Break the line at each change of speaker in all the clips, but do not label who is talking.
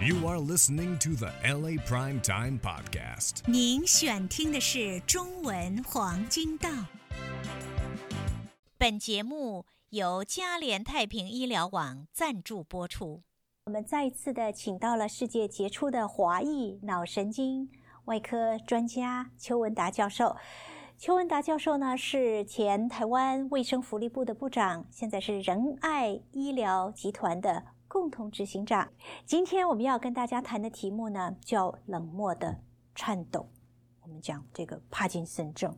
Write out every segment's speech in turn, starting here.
You are listening to the LA Prime Time Podcast.
您选听的是中文黄金道。本节目由嘉联太平医疗网赞助播出。
我们再一次的请到了世界杰出的华裔脑神经外科专家邱文达教授。邱文达教授呢是前台湾卫生福利部的部长，现在是仁爱医疗集团的共同执行长。今天我们要跟大家谈的题目呢叫“冷漠的颤抖”。我们讲这个帕金森症，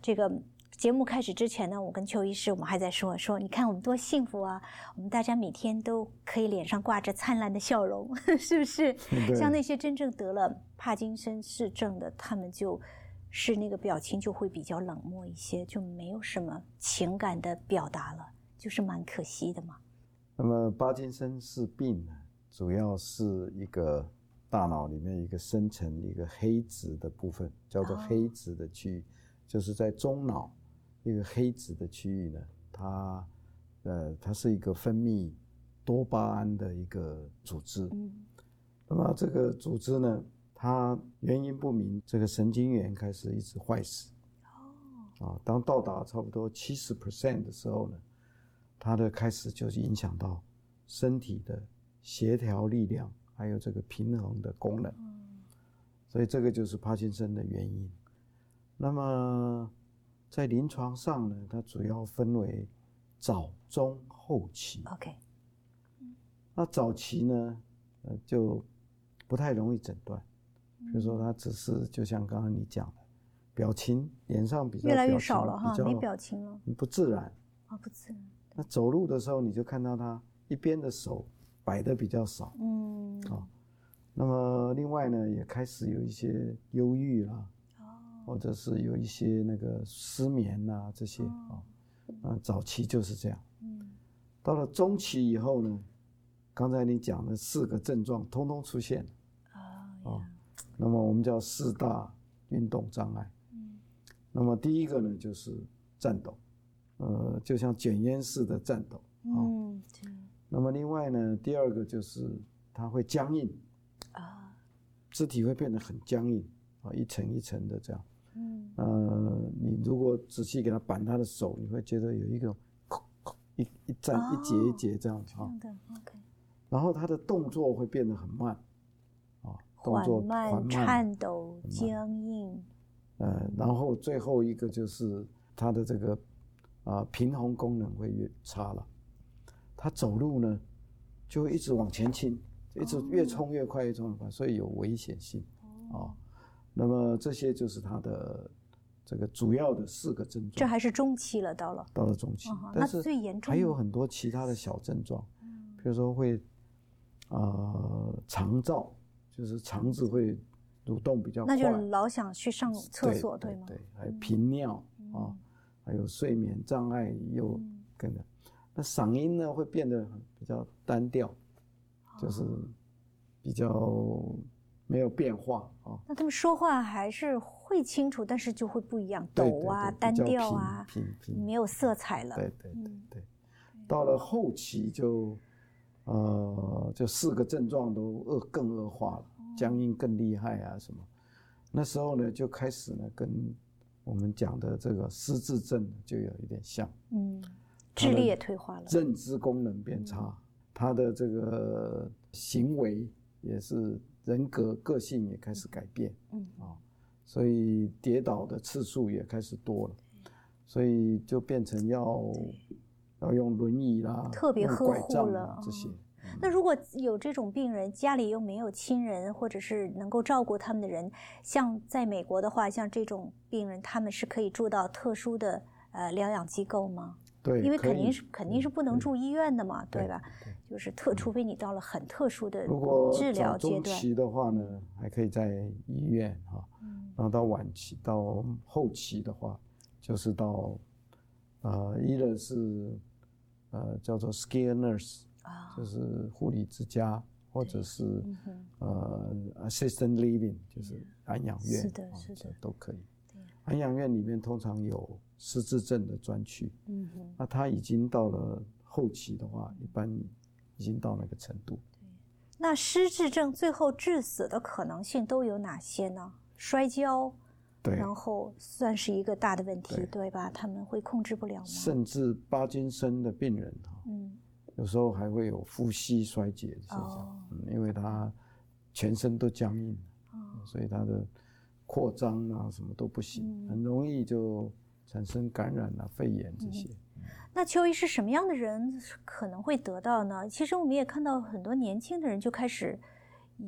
这个。节目开始之前呢，我跟邱医师我们还在说说，你看我们多幸福啊！我们大家每天都可以脸上挂着灿烂的笑容， 是不是？像那些真正得了帕金森氏症的，他们就是那个表情就会比较冷漠一些，就没有什么情感的表达了，就是蛮可惜的嘛。
那么帕金森氏病呢，主要是一个大脑里面一个深层一个黑质的部分，叫做黑质的区域，就是在中脑一个黑质的区域呢，它呃它是一个分泌多巴胺的一个组织。
嗯
那么这个组织呢，它原因不明，这个神经元开始一直坏死。啊，当到达差不多七十 percent 的时候呢，它的开始就是影响到身体的协调力量，还有这个平衡的功能。所以这个就是帕金森的原因。那么在临床上呢，它主要分为早、中、后期。
，OK，
那早期呢，呃，就不太容易诊断。比如说，他只是就像刚刚你讲的，表情脸上比较
越来越
表情
少了哈
比，较
没表情了
不自然。
啊，不自然。
那走路的时候，你就看到他一边的手摆的比较少。啊
嗯，
那么另外呢，也开始有一些忧郁啦，
哦
或者是有一些那个失眠呐、这些
哦
啊，啊、早期就是这样。
嗯
到了中期以后呢，刚才你讲的四个症状通通出现了。
啊
哦，那么我们叫四大运动障碍。
嗯
那么第一个呢就是战斗，呃，就像卷烟式的战斗。哦
嗯，对，
那么另外呢，第二个就是它会僵硬，
啊，
肢体会变得很僵硬啊，一层一层的这样。
嗯，
呃，你如果仔细给他扳他的手，你会觉得有一个扣扣一一站、
哦
一节一节这样子
这
啊。
样的 OK，
然后他的动作会变得很慢，啊，动作
缓慢、
慢，
颤抖、僵硬，
呃，然后最后一个就是他的这个啊、平衡功能会越差了。他走路呢，就会一直往前倾，一直
哦
越冲越快，越冲越快，所以有危险性啊。那么这些就是他的这个主要的四个症状。
这还是中期了，到了。
到了中期
哦好，
但
那
是
最严重
还有
的
很多其他的小症状，比如说会呃肠燥，就是肠子会蠕动比较快，
那就老想去上厕所，
对
吗？嗯
对，还有频尿啊，还有睡眠障碍又
嗯
跟着，那嗓音呢会变得比较单调，就是
哦
比较没有变化啊。
那他们说话还是会清楚，但是就会不一样，
对
抖啊、
对
单
对比较
调啊，
平平平
没有色彩了。
对对对对，到了后期就，呃，就四个症状都恶更恶化了，僵硬更厉害啊什么。那时候呢，就开始呢跟我们讲的这个失智症就有一点像，
嗯，智
他的
力也退化了。
认知功能变差，他的这个行为也是人格个性也开始改变。
嗯，
所以跌倒的次数也开始多了，所以就变成要要用轮椅啦，
特别
用
呵
拐
护
杖
了
啊这些。
那如果有这种病人，家里又没有亲人或者是能够照顾他们的人，像在美国的话，像这种病人，他们是可以住到特殊的呃疗养机构吗？
对，
因为
可
肯定
以嗯
是肯定是不能住医院的嘛，对吧？就是特，除非你到了很特殊的
如果
治疗
早
阶
中
段，
期的话呢，还可以在医院哈、
嗯
然后到晚期到后期的话，就是到呃，一个是呃叫做 scare nurse，、就是
哦
护理之家，或者是、
嗯
呃 assistant living，就是安养院，
是的
啊
是的
这都可以。安养院里面通常有失智症的专区，
嗯哼，
那他已经到了后期的话，一般已经到那个程度。
那失智症最后致死的可能性都有哪些呢？摔跤，
对，
然后算是一个大的问题，
对
对吧？他们会控制不了吗？
甚至帕金森的病人哈、
嗯，
有时候还会有呼吸衰竭的现象，
哦
嗯，因为他全身都僵硬，
哦，
所以他的扩张啊什么都不行，
嗯
很容易就产生感染啊、肺炎这些。
那秋医是什么样的人可能会得到呢？其实我们也看到很多年轻的人就开始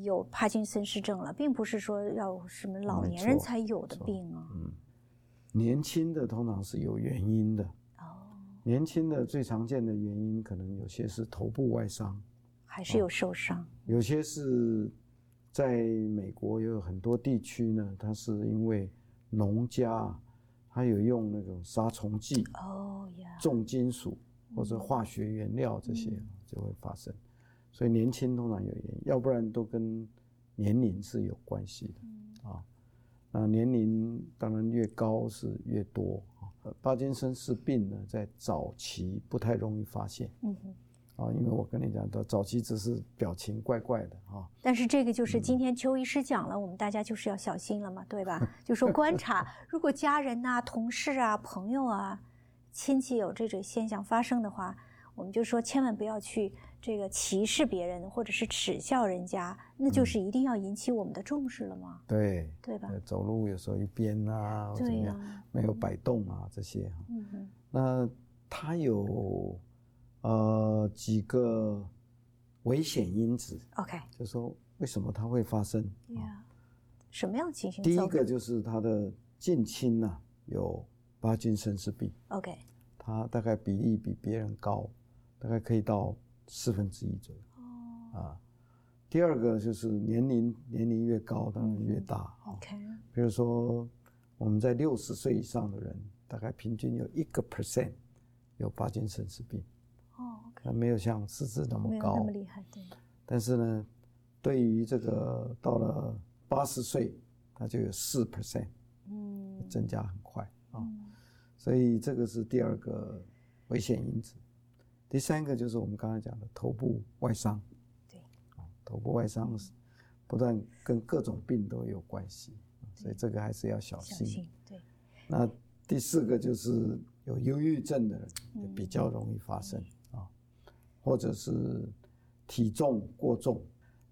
有帕金森氏症了，并不是说要什么老
没
年人
错
才有的
没错
病啊。
嗯年轻的通常是有原因的，
哦，
年轻的最常见的原因可能有些是头部外伤，
还
嗯
是有受伤。
有些是在美国也有很多地区呢，它是因为农家啊它有用那种杀虫剂，
哦呀，
重金属或者化学原料这些
嗯
就会发生，所以年轻通常有原因，要不然都跟年龄是有关系的。
嗯
啊，那年龄当然越高是越多啊。呃帕金森氏病呢，在早期不太容易发现
嗯哼，
啊，因为我跟你讲的，早期只是表情怪怪的啊，
但是这个就是今天邱医师讲了，我们大家就是要小心了嘛，对 吧？就说观察，如果家人呐、同事啊、朋友啊、亲戚有这种现象发生的话，我们就说千万不要去这个歧视别人或者是耻笑人家，那就是一定要引起我们的重视了嘛，
嗯对，
对吧？
呃走路有时候一边啊，或
嗯
怎
对嗯
么
呀、
样，没有摆动啊这些哈。
嗯哼，
那它有呃几个危险因子，
，OK，呀、
就说为什么它会发生？啊
什么样的情形
第
造
一
成？
个就是他的近亲呐、有帕金森氏病，
OK，
他大概比例比别人高，大概可以到四分之一左右
哦
啊。第二个就是年龄年龄越高，当然越大啊。
，OK，
比如说我们在六十岁以上的人，大概平均有一个 percent 有帕金森氏病，
哦，OK，
它没有像失智那
没
么
有
高
那，么厉害，对，
但是呢，对于这个到了八十岁，它就有四 percent
嗯，
增加很快啊。
嗯
所以这个是第二个危险因子。第三个就是我们刚才讲的头部外伤，
对，
啊，头部外伤是不但跟各种病都有关系，啊所以这个还是要小
小
心。
心，对。
那第四个就是有忧郁症的人也
嗯
比较容易发生啊，或者是体重过重。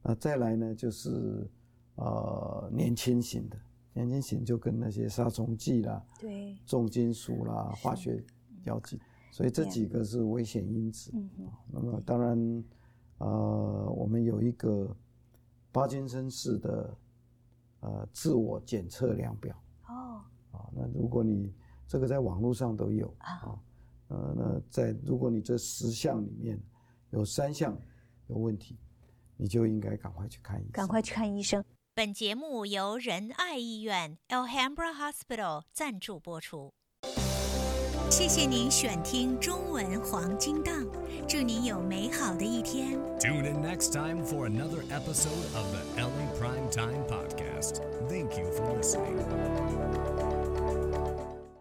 那再来呢，就是呃年轻型的，年轻型就跟那些杀虫剂啦、
对，
重金属啦、
是
化学药剂，所以这
对
几个是危险因子。
嗯哼，
那么当然，呃，我们有一个帕金森氏的呃自我检测量表
哦，
啊，那如果你这个在网络上都有
啊
啊，呃，那在如果你这十项里面有三项有问题，你就应该赶快去看医生。
赶快去看医生。
本节目由仁爱医院 Alhambra Hospital 赞助播出。谢谢您选听中文黄金档，祝您有美好的一天。
Tune in next time for another episode of the LA Prime Time Podcast. Thank you for listening.